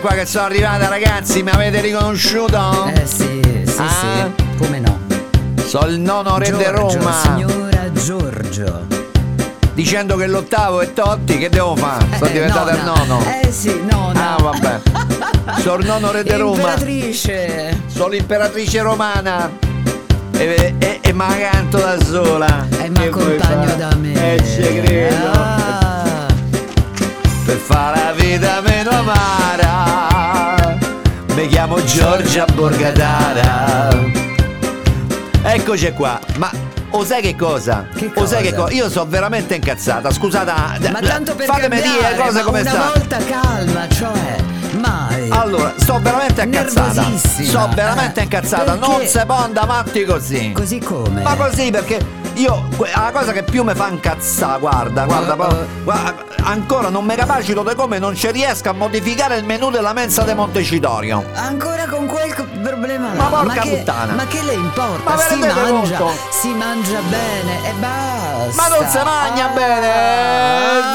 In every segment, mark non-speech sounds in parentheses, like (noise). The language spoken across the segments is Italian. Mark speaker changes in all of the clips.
Speaker 1: qua che sono arrivata, ragazzi, mi avete riconosciuto?
Speaker 2: Eh sì, sì,
Speaker 1: Ah.
Speaker 2: sì, come no.
Speaker 1: Sono il nono re di
Speaker 2: Giorgio,
Speaker 1: Roma.
Speaker 2: signora Giorgio.
Speaker 1: Dicendo che l'ottavo è Totti, che devo fare? Sono
Speaker 2: Eh,
Speaker 1: diventata il
Speaker 2: nonna.
Speaker 1: nono.
Speaker 2: Eh sì, nonna.
Speaker 1: Ah, vabbè. Sono il nono re di Roma.
Speaker 2: Imperatrice.
Speaker 1: Sono imperatrice romana. E, e, e me la canto da sola.
Speaker 2: E mi
Speaker 1: Che vuoi
Speaker 2: accompagno
Speaker 1: fare?
Speaker 2: Eh, da me.
Speaker 1: Eh, ci credo.
Speaker 2: Ah.
Speaker 1: per fare la vita meno amara. Mi chiamo Giorgia Borgatara. Eccoci qua, ma o sai che cosa?
Speaker 2: Che
Speaker 1: O sai che
Speaker 2: cosa?
Speaker 1: Io sono veramente incazzata, scusata.
Speaker 2: Ma tanto per
Speaker 1: fatemi
Speaker 2: cambiare,
Speaker 1: dire cosa
Speaker 2: ma
Speaker 1: come Ah.
Speaker 2: una
Speaker 1: sta.
Speaker 2: volta calma, cioè, mai.
Speaker 1: Allora, sto veramente incazzata.
Speaker 2: Nervosissima.
Speaker 1: Sto veramente
Speaker 2: Eh,
Speaker 1: incazzata, non
Speaker 2: perché?
Speaker 1: si può andare avanti così.
Speaker 2: Così come?
Speaker 1: Ma così perché io que- la cosa che più mi fa incazzare, guarda, guarda,
Speaker 2: Eh,
Speaker 1: proprio-
Speaker 2: eh.
Speaker 1: guarda, ancora non mi capacito di come non ci riesco a modificare il menù della mensa di Montecitorio.
Speaker 2: Ancora con quel co- problema là.
Speaker 1: Ma porca
Speaker 2: che,
Speaker 1: puttana.
Speaker 2: Ma che le importa?
Speaker 1: Ma ve
Speaker 2: si
Speaker 1: ne rendete
Speaker 2: mangia,
Speaker 1: conto?
Speaker 2: si mangia bene e basta.
Speaker 1: Ma non si mangia
Speaker 2: Ah.
Speaker 1: bene!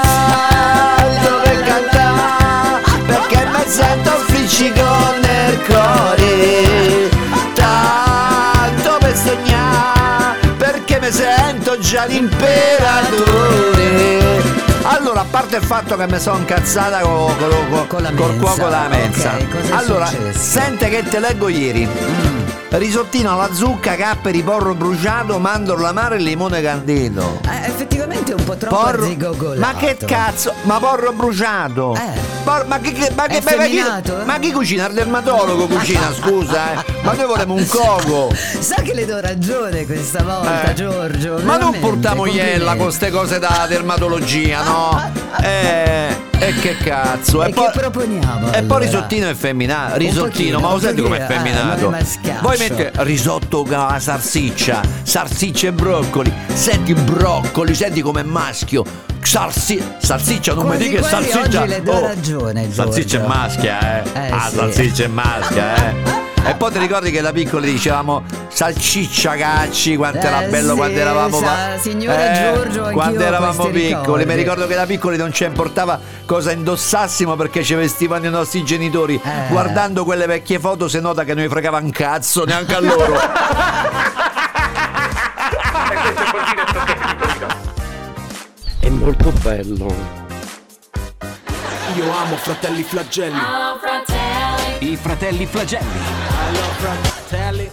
Speaker 1: Alto per cantare, perché mi sento friccico nel cuore. Tanto per sognare, perché mi sento già l'imperatore. Allora, a parte il fatto che mi sono incazzata co- co- co-
Speaker 2: Con la
Speaker 1: col
Speaker 2: mensa,
Speaker 1: cuoco della
Speaker 2: ok,
Speaker 1: mensa.
Speaker 2: cosa è
Speaker 1: allora,
Speaker 2: successo? Mm.
Speaker 1: sente che te leggo ieri. Risottino alla zucca, capperi, porro bruciato, mandorla amaro e limone candito.
Speaker 2: Eh, effettivamente è un po' troppo arzigogolato.
Speaker 1: Ma che cazzo? Ma porro bruciato!
Speaker 2: Eh.
Speaker 1: Por- ma che, che- ma che
Speaker 2: È
Speaker 1: ma chi-
Speaker 2: femminato, eh?
Speaker 1: ma chi cucina? Il dermatologo
Speaker 2: (laughs)
Speaker 1: cucina, scusa, eh! Ma noi volevamo un coco!
Speaker 2: Sa che le do ragione questa volta,
Speaker 1: Eh.
Speaker 2: Giorgio.
Speaker 1: Ma non
Speaker 2: veramente,
Speaker 1: portiamo iella con
Speaker 2: complimenti.
Speaker 1: queste cose da dermatologia, no? Eh, e che cazzo? eh,
Speaker 2: E che proponiamo,
Speaker 1: E poi
Speaker 2: allora?
Speaker 1: risottino è femminato. Risottino,
Speaker 2: pochino,
Speaker 1: ma lo
Speaker 2: un
Speaker 1: senti com'è
Speaker 2: pochino, eh,
Speaker 1: femminato?
Speaker 2: ma è maschiaccio.
Speaker 1: Voi mettete risotto con la salsiccia, salsiccia e broccoli. Senti broccoli, senti com'è maschio. Sarsi- salsiccia, non
Speaker 2: Quasi,
Speaker 1: mi dica che
Speaker 2: quasi
Speaker 1: salsiccia. Oh,
Speaker 2: oggi le do ragione, Giorgio.
Speaker 1: Salsiccia è maschia, eh.
Speaker 2: Eh,
Speaker 1: ah,
Speaker 2: sì.
Speaker 1: salsiccia è maschia, eh.
Speaker 2: (laughs)
Speaker 1: E poi ti ricordi che da piccoli dicevamo salsiccia cacci quando
Speaker 2: Eh,
Speaker 1: era bello
Speaker 2: sì,
Speaker 1: quando eravamo
Speaker 2: sa-
Speaker 1: pa- Eh,
Speaker 2: signora Giorgio, anch'io
Speaker 1: quando
Speaker 2: ho
Speaker 1: eravamo
Speaker 2: questi
Speaker 1: piccoli mi
Speaker 2: ricordi.
Speaker 1: ricordo che da piccoli non ci importava cosa indossassimo perché ci vestivano i nostri genitori
Speaker 2: Eh.
Speaker 1: guardando quelle vecchie foto si nota che non gli fregava un cazzo neanche a loro
Speaker 3: E questo vuol dire strategico.
Speaker 4: È molto bello.
Speaker 5: Io amo fratelli flagelli.
Speaker 6: Fratelli,
Speaker 5: I fratelli flagelli. I love fratelli.